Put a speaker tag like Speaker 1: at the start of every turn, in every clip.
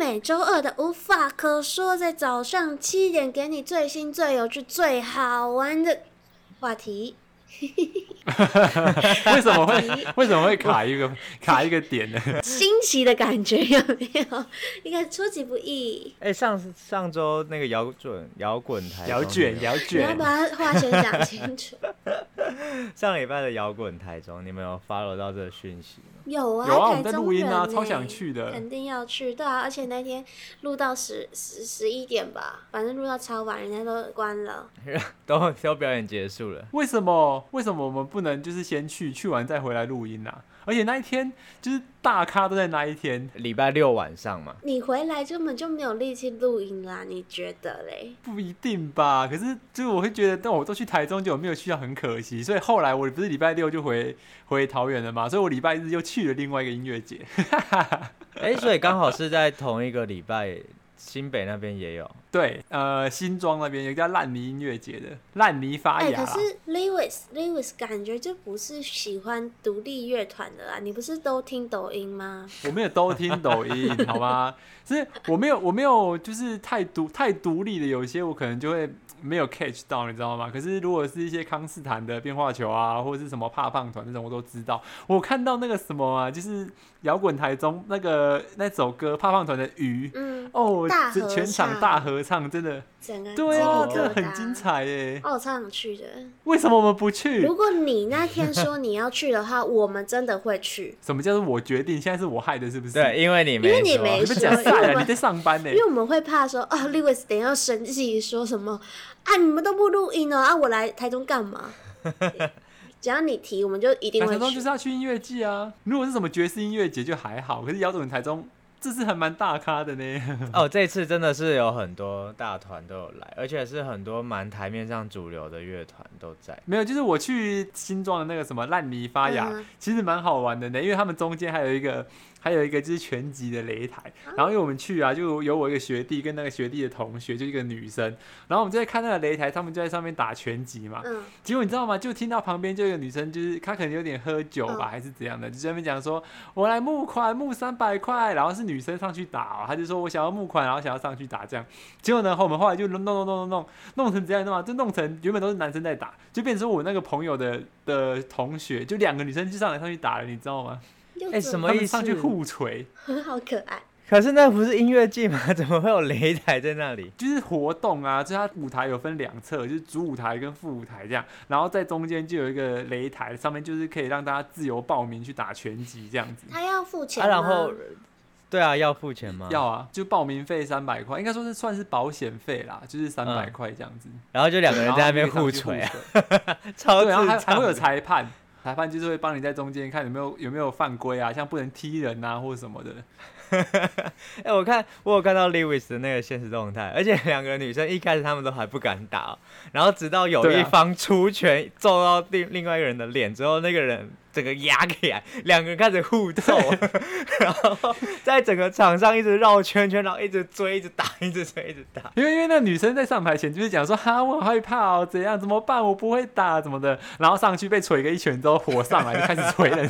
Speaker 1: 每周二的无话可说，在早上七点给你最新、最有趣、最好玩的话题。
Speaker 2: 为什么会 为什么会卡一个卡一个点呢？
Speaker 1: 新奇的感觉有没有？ 应该出其不意。
Speaker 3: 哎、上上周那个摇滚摇滚台风
Speaker 2: 摇卷
Speaker 3: 你
Speaker 2: 摇
Speaker 1: 你要
Speaker 2: 卷，
Speaker 1: 把它话先讲清 楚。
Speaker 3: 们上礼拜的摇滚台中，你们有 follow 到这个讯息吗？
Speaker 1: 有啊，
Speaker 2: 有啊我
Speaker 1: 台
Speaker 2: 们在
Speaker 1: 中
Speaker 2: 录音
Speaker 1: 人
Speaker 2: 啊
Speaker 1: 呢
Speaker 2: 超想去的
Speaker 1: 肯定要去。对啊，而且那天录到十十十一点吧，反正录到超晚，人家都关了。
Speaker 3: 都都表演结束了，
Speaker 2: 为什么为什么我们不能就是先去，去完再回来录音啊？而且那一天就是大咖都在那一天，
Speaker 3: 礼拜六晚上嘛，
Speaker 1: 你回来根本就没有力气录音啦，你觉得嘞？
Speaker 2: 不一定吧？可是就是我会觉得，但我都去台中，就我没有去到，很可惜。所以后来我不是礼拜六就回回桃园了嘛，所以我礼拜日又去了另外一个音乐节。
Speaker 3: 哎、所以刚好是在同一个礼拜，新北那边也有。
Speaker 2: 对，呃，新庄那边有一个叫烂泥音乐节的，烂泥发
Speaker 1: 哎、
Speaker 2: 芽
Speaker 1: 可
Speaker 2: 啦。
Speaker 1: 是 Lewis Lewis 感觉就不是喜欢独立乐团的啦，你不是都听抖音吗？
Speaker 2: 我没有都听抖音，好吗？是我没有，我没有，就是太独太独立的，有些我可能就会没有 catch 到，你知道吗？可是如果是一些康斯坦的变化球啊，或者是什么怕胖团那种，我都知道。我看到那个什么啊，就是摇滚台中那个那首歌怕胖团的鱼。
Speaker 1: 嗯，
Speaker 2: 哦
Speaker 1: 大，
Speaker 2: 这
Speaker 1: 合
Speaker 2: 全场
Speaker 1: 唱哦
Speaker 2: 大合唱，真的，
Speaker 1: 整个
Speaker 2: 对啊，
Speaker 1: 鸡皮
Speaker 2: 这
Speaker 1: 疙
Speaker 2: 很
Speaker 1: 瘩
Speaker 2: 精。彩耶！
Speaker 1: 哦，超想去的。
Speaker 2: 为什么我们不去
Speaker 1: 如？果你那天说你要去的 话，我们真的会去，
Speaker 2: 什么叫做我决定？现在是我害的，是不是？
Speaker 3: 对，，因为你没
Speaker 1: 因为你
Speaker 3: 说
Speaker 1: 没
Speaker 2: 你们讲
Speaker 1: 因为我
Speaker 2: 晒了，
Speaker 1: 们
Speaker 2: 你在上班呢
Speaker 1: 因。为我们会怕说，哦，Lewis 等一下要生气，说什么啊，你们都不录音哦，啊，我来台中干嘛？ 只要你提，我们就一定
Speaker 2: 台
Speaker 1: 会
Speaker 2: 中就
Speaker 1: 去
Speaker 2: 是。要去音乐季啊。如果是什么爵士音乐节就还好，可是姚总台中这次还蛮大咖的呢。
Speaker 3: 哦，这次真的是有很多大团都有来，而且是很多蛮台面上主流的乐团都在。
Speaker 2: 没有，就是我去新庄的那个什么烂泥发芽，
Speaker 1: 嗯
Speaker 2: 其实蛮好玩的呢，因为他们中间还有一个。还有一个就是拳击的擂台，然后因为我们去啊，就有我一个学弟跟那个学弟的同学，就一个女生，然后我们就在看那个擂台，他们就在上面打拳击嘛，
Speaker 1: 嗯，
Speaker 2: 结果你知道吗？就听到旁边就有个女生，就是她可能有点喝酒
Speaker 1: 嗯
Speaker 2: 吧，还是怎样的，就在那边讲说：“我来募款，募三百块。”然后是女生上去打、哦，她就说我想要募款，然后想要上去打这样。结果呢，我们后来就弄弄弄弄弄弄成这样，你知道吗？就弄成原本都是男生在打，就变成我那个朋友的的同学，就两个女生就上来上去打了，你知道吗？
Speaker 1: 又
Speaker 3: 哎
Speaker 1: 怎
Speaker 3: 什么
Speaker 2: 他
Speaker 3: 意
Speaker 2: 们
Speaker 3: 思
Speaker 2: 上去互锤，
Speaker 1: 很好可爱。
Speaker 3: 可是那不是音乐季吗？ 怎么会有擂台在那里？
Speaker 2: 就是活动啊，就是它舞台有分两侧，就是主舞台跟副舞台这样，然后在中间就有一个擂台，上面就是可以让大家自由报名去打拳击这样子。
Speaker 1: 他要付钱
Speaker 3: 啊，
Speaker 1: 吗？
Speaker 3: 然后，对啊，要付钱吗？
Speaker 2: 要。啊，就报名费三百块，应该说是算是保险费啦，就是三百
Speaker 3: 嗯
Speaker 2: 块这样子。
Speaker 3: 然后就两个人
Speaker 2: 然后
Speaker 3: 在那
Speaker 2: 他们
Speaker 3: 边
Speaker 2: 就上
Speaker 3: 互
Speaker 2: 去
Speaker 3: 锤啊，
Speaker 2: 锤
Speaker 3: 超
Speaker 2: 对，然后
Speaker 3: 智
Speaker 2: 还还
Speaker 3: 障
Speaker 2: 会有
Speaker 3: 的。
Speaker 2: 裁判，裁判就是会帮你在中间看有没有有没有犯规啊，像不能踢人啊或者什么的。
Speaker 3: 哎，我看我有看到 Lewis 的那个现实动态，而且两个女生一开始她们都还不敢打哦，然后直到有
Speaker 2: 对
Speaker 3: 一
Speaker 2: 啊
Speaker 3: 方出拳揍到另另外一个人的脸之后，那个人整个压起来，两个人开始互揍，哦 然后在整个场上一直绕圈圈，然后一直追，一直打，一直追，一直打。
Speaker 2: 因为因为那女生在上台前就是讲说哈我很害怕哦，怎样怎么办，我不会打怎么的，然后上去被捶个一拳之后火上来就开始捶人，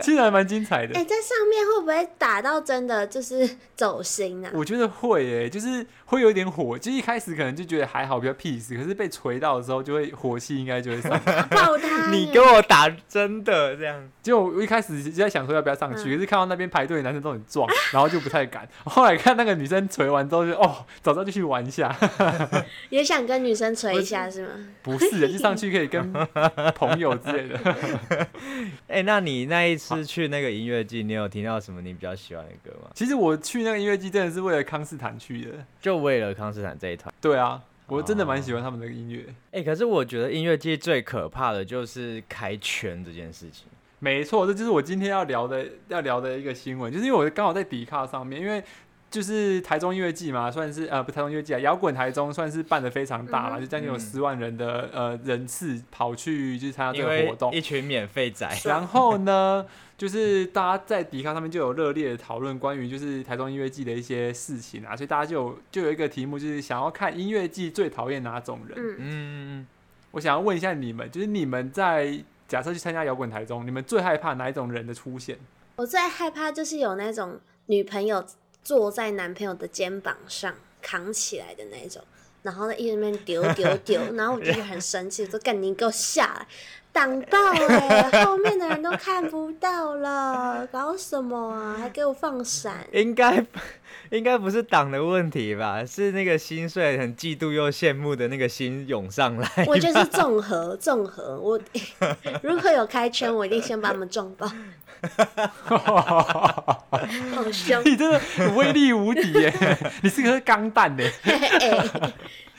Speaker 2: 其实还蛮精彩的
Speaker 1: 哎、。在上面会不会打到真的就是 走心啊？
Speaker 2: 我觉得会诶、就是会有点火，就一开始可能就觉得还好，比较 peace，可是被锤到的时候就会火气应该就会上。
Speaker 1: 爆 他！啊
Speaker 3: 你给我打真的这样，
Speaker 2: 就我一开始就在想说要不要上去，可是看到那边排队的男生都很壮，然后就不太敢。后来看那个女生锤完之后就哦，早知道就去玩一下，
Speaker 1: 也想跟女生捶一下是吗？
Speaker 2: 不是的，就上去可以跟朋友之类的。
Speaker 3: 哎、那你那一次去那个音乐季，你有听到什么你比较喜欢的歌吗？
Speaker 2: 其实我去那个音乐季真的是为了康斯坦去的，
Speaker 3: 就为了康斯坦这一团。
Speaker 2: 对啊，我真的蛮喜欢他们的音乐。
Speaker 3: 哎、可是我觉得音乐季最可怕的就是开圈这件事情。
Speaker 2: 没错，这就是我今天要聊的要聊的一个新闻，就是因为我刚好在迪卡上面，因为就是台中音乐季嘛，算是呃不台中音乐季啊，摇滚台中算是办的非常大嘛，
Speaker 1: 嗯
Speaker 2: 就将近有
Speaker 3: 嗯
Speaker 2: 十万人的呃人次跑去就是啊参加这
Speaker 3: 因
Speaker 2: 个
Speaker 3: 为
Speaker 2: 活动
Speaker 3: 一。群免费仔，
Speaker 2: 然后呢，就是大家在迪卡上面就有热烈的讨论关于就是台中音乐季的一些事情啊，所以大家就有就有一个题目就是想要看音乐季最讨厌哪种人。
Speaker 1: 嗯，
Speaker 3: 嗯，
Speaker 2: 我想要问一下你们，就是你们在 假设去参加摇滚台中，你们最害怕哪一种人的出现？
Speaker 1: 我最害怕就是有那种女朋友坐在男朋友的肩膀上扛起来的那一种，然后在一直在那边丢丢 丢，然后我就觉得很生气，我说干你给我下来，挡到哎、 后面的人都看不到了，搞什么啊？还给我放闪，
Speaker 3: 应该应该不是党的问题吧？是那个心碎很嫉妒又羡慕的那个心涌上来。
Speaker 1: 我就是综合综合，我 如果有开圈，我一定先把他们撞爆，好 凶，
Speaker 2: 你真的威力无敌耶！ 你是颗钢弹呢，
Speaker 1: 嘿嘿哎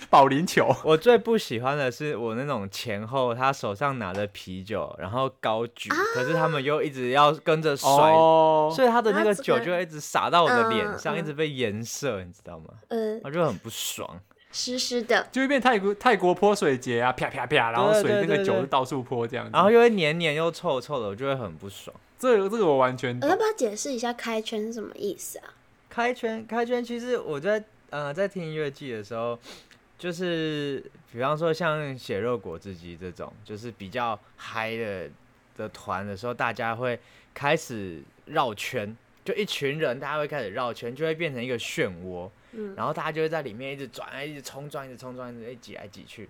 Speaker 2: 保龄球。
Speaker 3: 我最不喜欢的是我那种前后他手上拿着啤酒，然后高举，
Speaker 1: 啊
Speaker 3: 可是他们又一直要跟着甩，
Speaker 2: 哦，
Speaker 3: 所以他的那
Speaker 1: 啊
Speaker 3: 个
Speaker 1: 这
Speaker 3: 酒
Speaker 1: 个
Speaker 3: 就会一直洒到我的脸
Speaker 1: 嗯
Speaker 3: 上，一
Speaker 1: 嗯
Speaker 3: 直被颜色，你知道吗？
Speaker 1: 嗯，
Speaker 3: 我就很不爽。
Speaker 1: 湿湿的，
Speaker 2: 就会变泰国泰国泼水节啊，啪啪啪，然后
Speaker 3: 对
Speaker 2: 水
Speaker 3: 对
Speaker 2: 那个
Speaker 3: 对
Speaker 2: 酒
Speaker 3: 对
Speaker 2: 就到处泼这样子。
Speaker 3: 然后又会黏黏又臭臭的，我就会很不爽。
Speaker 2: 这个这个我完全
Speaker 1: 呃
Speaker 2: 懂
Speaker 1: 要。不要解释一下开圈是什么意思啊？
Speaker 3: 开圈开圈，其实我在呃在听音乐季的时候，就是比方说像血肉果汁机这种，就是比较嗨的的团的时候，大家会开始绕圈，就一群人大家会开始绕圈，就会变成一个漩涡，
Speaker 1: 嗯
Speaker 3: 然后大家就会在里面一直转，一直冲撞，一直冲撞，一直挤来挤去。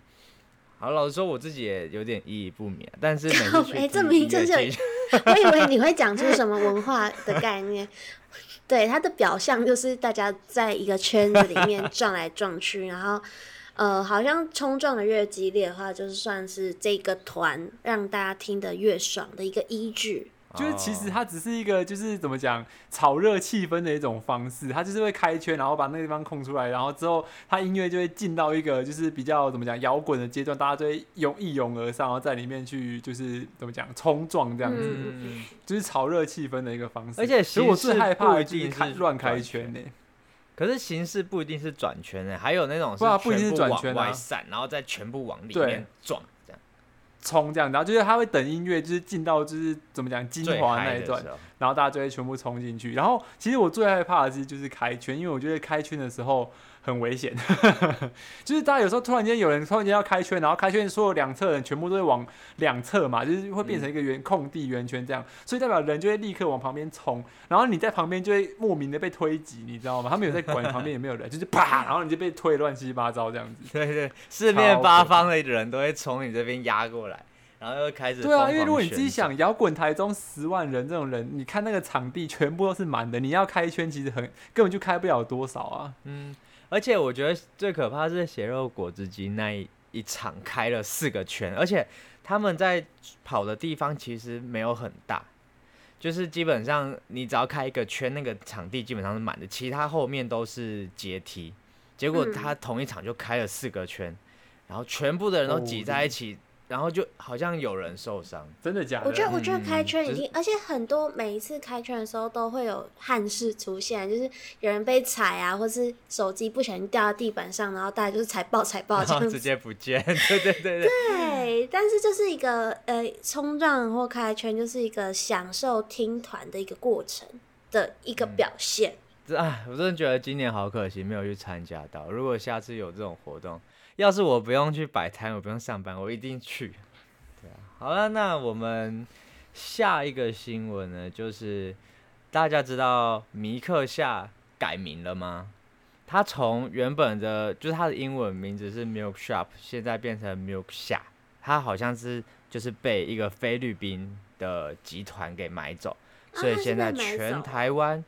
Speaker 3: 好，老实说，我自己也有点意义不明，但是每 次
Speaker 1: 靠
Speaker 3: 去
Speaker 1: 北
Speaker 3: 听
Speaker 1: 哎这明明
Speaker 3: 音乐
Speaker 1: 就是
Speaker 3: 季
Speaker 1: 我以为你会讲出什么文化的概念。 对，它的表象就是大家在一个圈子里面撞来撞去，然后 呃，好像冲撞的越激烈的话，就是算是这个团让大家听得越爽的一个依据。
Speaker 2: 就是其
Speaker 3: 哦
Speaker 2: 实它只是一个，就是怎么讲，炒热气氛的一种方式。它就是会开圈，然后把那个地方空出来，然后之后它音乐就会进到一个就是比较怎么讲摇滚的阶段，大家就会涌一涌而上，然后在里面去就是怎么讲冲撞这样子，
Speaker 1: 哦
Speaker 3: 嗯，
Speaker 2: 就是炒热气氛的一个方式。
Speaker 3: 而且
Speaker 2: 所以我
Speaker 3: 形式
Speaker 2: 最害怕的
Speaker 3: 不
Speaker 2: 就
Speaker 3: 一定
Speaker 2: 开
Speaker 3: 是
Speaker 2: 乱开
Speaker 3: 转
Speaker 2: 圈
Speaker 3: 圈
Speaker 2: 呢、
Speaker 3: 可是形式不一定是转圈的、还有那种
Speaker 2: 不啊不一
Speaker 3: 全
Speaker 2: 定是
Speaker 3: 部
Speaker 2: 转
Speaker 3: 往
Speaker 2: 圈啊
Speaker 3: 外散，然后再全部往里
Speaker 2: 对
Speaker 3: 面撞，这样
Speaker 2: 冲这样，然后就是他会等音乐就是进到就是怎么讲精
Speaker 3: 最
Speaker 2: 华
Speaker 3: 嗨
Speaker 2: 那一
Speaker 3: 的
Speaker 2: 段
Speaker 3: 时，候
Speaker 2: 然后大家就会全部冲进去。然后其实我最害怕的是就是开圈，因为我觉得开圈的时候很危险， 就是大家有时候突然间有人突然间要开圈，然后开圈所有两侧人全部都会往两侧嘛，就是会变成一个圆空地圆圈这样，所以代表人就会立刻往旁边冲，然后你在旁边就会莫名的被推挤，你知道吗？他们有在管旁边有没有人，就是啪，然后你就被推乱七八糟这样子。
Speaker 3: 对对，四
Speaker 2: 超
Speaker 3: 面
Speaker 2: 可
Speaker 3: 八
Speaker 2: 怕
Speaker 3: 方的人都会从你这边压过来，然后又开始
Speaker 2: 对啊，
Speaker 3: 疯
Speaker 2: 因为如果
Speaker 3: 狂
Speaker 2: 你自己
Speaker 3: 旋转，
Speaker 2: 想摇滚台中十万人这种人，你看那个场地全部都是满的，你要开圈其实很根本就开不了多少啊。
Speaker 3: 嗯，而且我觉得最可怕是血肉果汁机那一一场开了四个圈，而且他们在跑的地方其实没有很大。就是基本上，你只要开一个圈，那个场地基本上是满的，其他后面都是阶梯。结果
Speaker 1: 嗯
Speaker 3: 他同一场就开了四个圈，然后全部的人都
Speaker 2: 哦
Speaker 3: 挤在一起，然后就好像有人受伤。
Speaker 2: 真的假的？
Speaker 1: 我觉得，我觉得开
Speaker 3: 嗯
Speaker 1: 圈
Speaker 3: 就
Speaker 1: 已
Speaker 3: 是
Speaker 1: 经，而且很多每一次开圈的时候都会有憾事出现，就是有人被踩啊，或是手机不小心掉到地板上，然后大家就是踩爆踩爆
Speaker 3: 然
Speaker 1: 这
Speaker 3: 后
Speaker 1: 样
Speaker 3: 直
Speaker 1: 子。
Speaker 3: 接不见， 对对对对，
Speaker 1: 对，但是就是一个呃冲浪或开圈，就是一个享受听团的一个过程的一个
Speaker 3: 嗯
Speaker 1: 表现。
Speaker 3: 这哎，我真的觉得今年好可惜，没有去参加到。如果下次有这种活动，要是我不用去摆摊，我不用上班，我一定去。对啊，好了，那我们下一个新闻呢，就是大家知道米克夏改名了吗？他从原本的，就是他的英文名字是 Milk Shop，现在变成 Milk 夏。他好像是就是被一个菲律宾的集团给买走，
Speaker 1: 啊
Speaker 3: 所以
Speaker 1: 他是
Speaker 3: 现
Speaker 1: 被
Speaker 3: 在
Speaker 1: 买
Speaker 3: 全
Speaker 1: 走
Speaker 3: 台湾，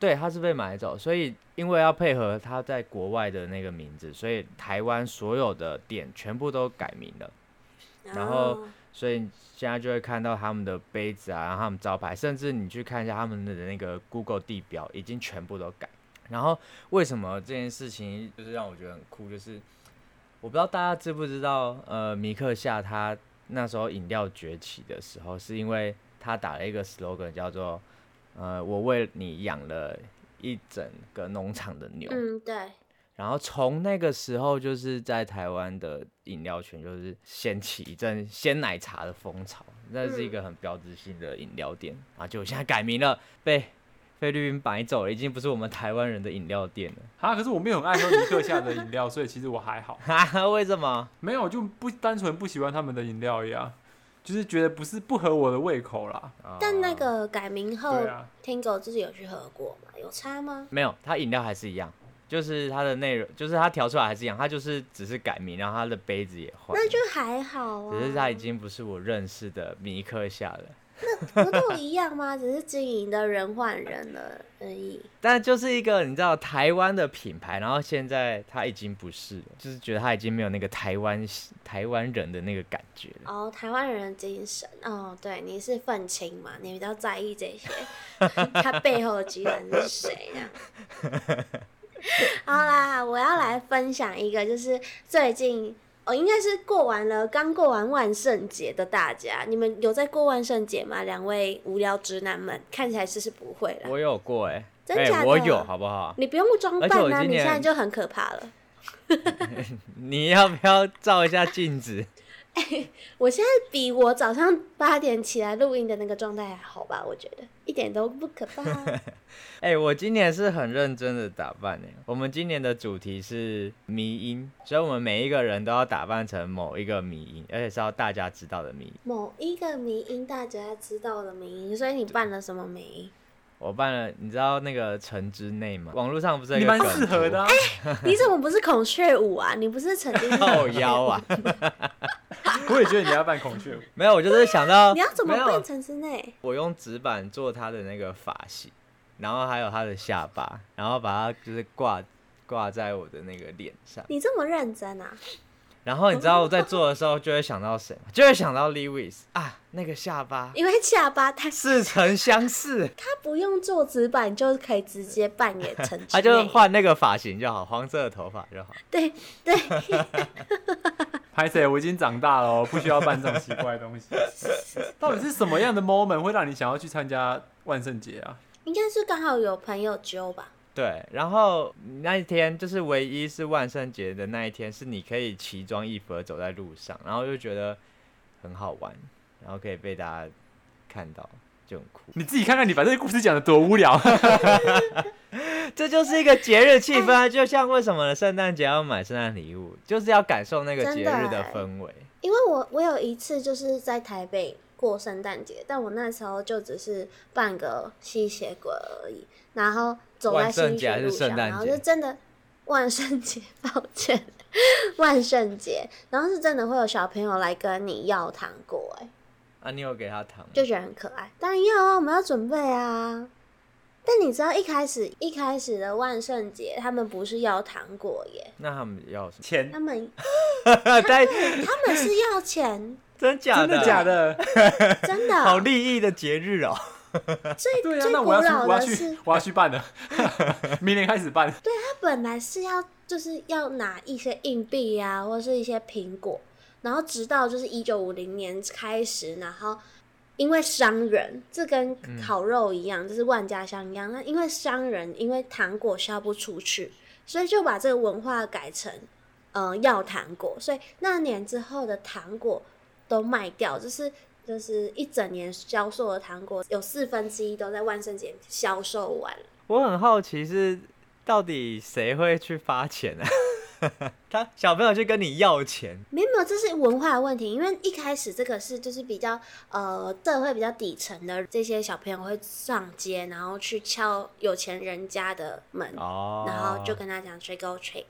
Speaker 3: 对，他是被买走，所以因为要配合他在国外的那个名字，所以台湾所有的店全部都改名了，然后
Speaker 1: 嗯
Speaker 3: 所以现在就会看到他们的杯子啊，然后他们招牌，甚至你去看一下他们的那个 Google 地标，已经全部都改。然后为什么这件事情就是让我觉得很酷，就是我不知道大家知不知道，呃，米克夏他那时候饮料崛起的时候，是因为他打了一个 slogan 叫做“呃，我为你养了一整个农场的牛”
Speaker 1: 嗯，对，
Speaker 3: 然后从那个时候，就是在台湾的饮料圈，就是掀起一阵鲜奶茶的风潮，那
Speaker 1: 嗯
Speaker 3: 是一个很标志性的饮料店啊。就现在改名了，被菲律宾买走了，已经不是我们台湾人的饮料店了。
Speaker 2: 啊，可是我没有很爱喝尼克夏的饮料，所以其实我还好，
Speaker 3: 哈哈，为什么？
Speaker 2: 没有就不单纯不喜欢他们的饮料一样。就是觉得不是不合我的胃口啦。
Speaker 3: 哦
Speaker 1: 但那个改名后
Speaker 2: 对啊
Speaker 1: ，Tingo 自己有去喝过吗？有差吗？
Speaker 3: 没有，它饮料还是一样，就是它的内容，就是它调出来还是一样，它就是只是改名，然后它的杯子也换，
Speaker 1: 那就还好啊，
Speaker 3: 只是它已经不是我认识的米克夏了。
Speaker 1: 不都一样吗？ 只是经营的人换人了而已。
Speaker 3: 但就是一个你知道台湾的品牌，然后现在它已经不是了，就是觉得它已经没有那个台湾台湾人的那个感觉了。
Speaker 1: 哦，台湾人的精神哦，对，你是愤青嘛，你比较在意这些， 他背后的集团是谁呀？好啦，我要来分享一个，就是最近哦，应该是过完了，刚过完万圣节的大家，你们有在过万圣节吗？两位无聊直男们，看起来是是不会啦。
Speaker 3: 我有过哎、欸，
Speaker 1: 真假的
Speaker 3: 我有好不好？
Speaker 1: 你不用装
Speaker 3: 而且
Speaker 1: 扮
Speaker 3: 我
Speaker 1: 啊，
Speaker 3: 今
Speaker 1: 你现在
Speaker 3: 年
Speaker 1: 就很可怕了。
Speaker 3: 你要不要照一下镜子？
Speaker 1: 我现在比我早上八点起来录音的那个状态还好吧？我觉得一点都不可 怕啊、
Speaker 3: 哎、我今年是很认真的打扮呢。我们今年的主题是迷音，所以我们每一个人都要打扮成某一个迷音，而且是要大家知道的迷音。
Speaker 1: 某一个迷音大家知道的迷音，所以你办了什么迷 音？
Speaker 3: 我办了，你知道那个城之内吗？网络上不是有一
Speaker 2: 你
Speaker 3: 个
Speaker 2: 蛮
Speaker 3: 梗
Speaker 2: 适合的、啊，
Speaker 1: 你怎么不是孔雀舞啊？你不是曾经
Speaker 3: 靠腰啊？
Speaker 2: 我也觉得你要扮孔雀舞。
Speaker 3: 没有，我就是想 到
Speaker 1: 你要怎么
Speaker 3: 没有
Speaker 1: 变成之内？
Speaker 3: 我用纸板做他的那个发型，然后还有他的下巴，然后把它就是挂挂在我的那个脸上。
Speaker 1: 你这么认真啊？
Speaker 3: 然后你知道我在做的时候就会想到谁吗？就会想到 Lewis 啊，那个下巴
Speaker 1: 因为下巴他
Speaker 3: 似曾相识，
Speaker 1: 他不用做纸板就可以直接扮演成之内，
Speaker 3: 他就换那个发型就好，黄色的头发就好。
Speaker 1: 对对，
Speaker 2: 拍谁？我已经长大了哦，不需要扮这种奇怪的东西。到底是什么样的 moment 会让你想要去参加万圣节啊？
Speaker 1: 应该是刚好有朋友揪吧。
Speaker 3: 对，然后那一天就是唯一是万圣节的那一天，是你可以奇装异服的走在路上，然后就觉得很好玩，然后可以被大家看到，就很酷。
Speaker 2: 你自己看看，你把这个故事讲的多无聊。
Speaker 3: 这就是一个节日气氛
Speaker 1: 嗯
Speaker 3: 啊，就像为什么圣诞节要买圣诞礼物，就是要感受那个节日的氛围。
Speaker 1: 因为我我有一次就是在台北过圣诞节，但我那时候就只是半个吸血鬼而已，然后走在
Speaker 3: 万圣
Speaker 1: 新
Speaker 3: 节
Speaker 1: 学
Speaker 3: 还是
Speaker 1: 路上，
Speaker 3: 圣诞
Speaker 1: 然后
Speaker 3: 节
Speaker 1: 就真的万圣节， 抱歉，万圣节，然后是真的会有小朋友来跟你要糖果、哎，
Speaker 3: 啊，你有给他糖吗？
Speaker 1: 就觉得很可爱。当然要啊，我们要准备啊。但你知道一开始一开始的万圣节，他们不是要糖果耶，
Speaker 3: 那他们要什么？
Speaker 2: 钱
Speaker 1: 他们
Speaker 3: 但
Speaker 1: 他们是要钱，
Speaker 3: 真假
Speaker 2: 真
Speaker 3: 的
Speaker 2: 的假？的？
Speaker 1: 真的。
Speaker 3: 好利益的节日哦！
Speaker 1: 最
Speaker 2: 对啊，
Speaker 1: 最
Speaker 2: 那
Speaker 1: 古
Speaker 2: 我要去，
Speaker 1: 老
Speaker 2: 我要
Speaker 1: 的是
Speaker 2: 去，我要去办了。 明年开始办。
Speaker 1: 本来是要就是要拿一些硬币呀、或是一些苹果，然后直到就是一九五零年开始，然后因为商人，这跟烤肉一样，就是万家香一样，那因为商人因为糖果销不出去，所以就把这个文化改成呃要糖果，所以那年之后的糖果都卖掉，就是。就是一整年销售的糖果，有四分之一都在万圣节销售完了
Speaker 3: 我很好奇是到底谁会去发钱啊？ 他小朋友去跟你要钱，
Speaker 1: 没有，这是文化的问题，因为一开始这个是就是比较呃社会比较底层的这些小朋友会上街，然后去敲有钱人家的门，
Speaker 3: 哦，
Speaker 1: 然后就跟他讲 trick or treat，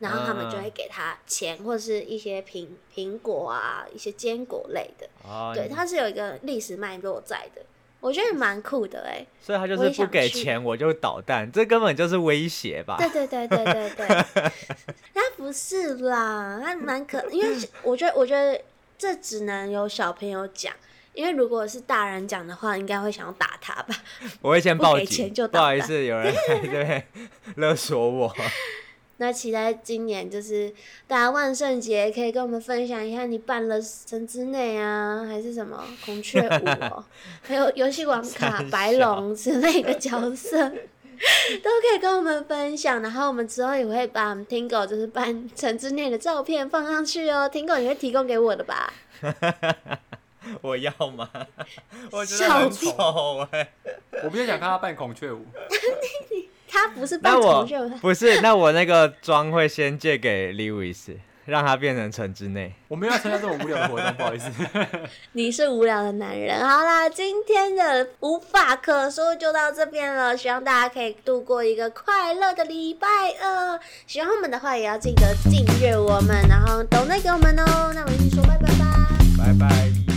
Speaker 1: 然后他们就会给他钱、或是一些苹苹果啊，一些坚果类的，
Speaker 3: 哦，
Speaker 1: 对，它是有一个历史脉络在的，我觉得蛮酷的哎、
Speaker 3: 所以他就
Speaker 1: 我
Speaker 3: 是
Speaker 1: 也
Speaker 3: 不
Speaker 1: 想
Speaker 3: 给
Speaker 1: 去
Speaker 3: 钱我就捣蛋，这根本就是威胁吧？
Speaker 1: 对对对对对对，他不是啦，他蛮可，因为我觉得我觉得这只能有小朋友讲，因为如果是大人讲的话，应该会想要打他吧。
Speaker 3: 我会先
Speaker 1: 不
Speaker 3: 报
Speaker 1: 给
Speaker 3: 警
Speaker 1: 钱，就
Speaker 3: 不好
Speaker 1: 捣
Speaker 3: 意
Speaker 1: 蛋
Speaker 3: 思，有人对勒索我。
Speaker 1: 那期待今年就是大家万圣节可以跟我们分享一下你办了神之内啊，还是什么孔雀舞、 哦，还有游戏王卡
Speaker 3: 三小
Speaker 1: 白龙之类的角色， 都可以跟我们分享。然后我们之后也会把我们 Tingo 就是办神之内的照片放上去哦。Tingo 你会提供给我的吧？
Speaker 3: 我要吗？我觉得
Speaker 1: 笑
Speaker 3: 很
Speaker 1: 屁
Speaker 3: 丑哎、
Speaker 2: 我比较想看他扮孔雀舞。
Speaker 1: 他不是办
Speaker 3: 那
Speaker 1: 孔
Speaker 3: 我
Speaker 1: 雀舞，
Speaker 3: 不是，那我那个妆会先借给 Lewis，让它变成城之内。
Speaker 2: 我没有要参加这种无聊的活动，不好意思。
Speaker 1: 你是无聊的男人。好啦，今天的无话可说就到这边了，希望大家可以度过一个快乐的礼拜二。喜欢我们的话，也要记得订阅我们，然后抖内给我们哦。那我们一起说拜拜吧。
Speaker 3: 拜拜。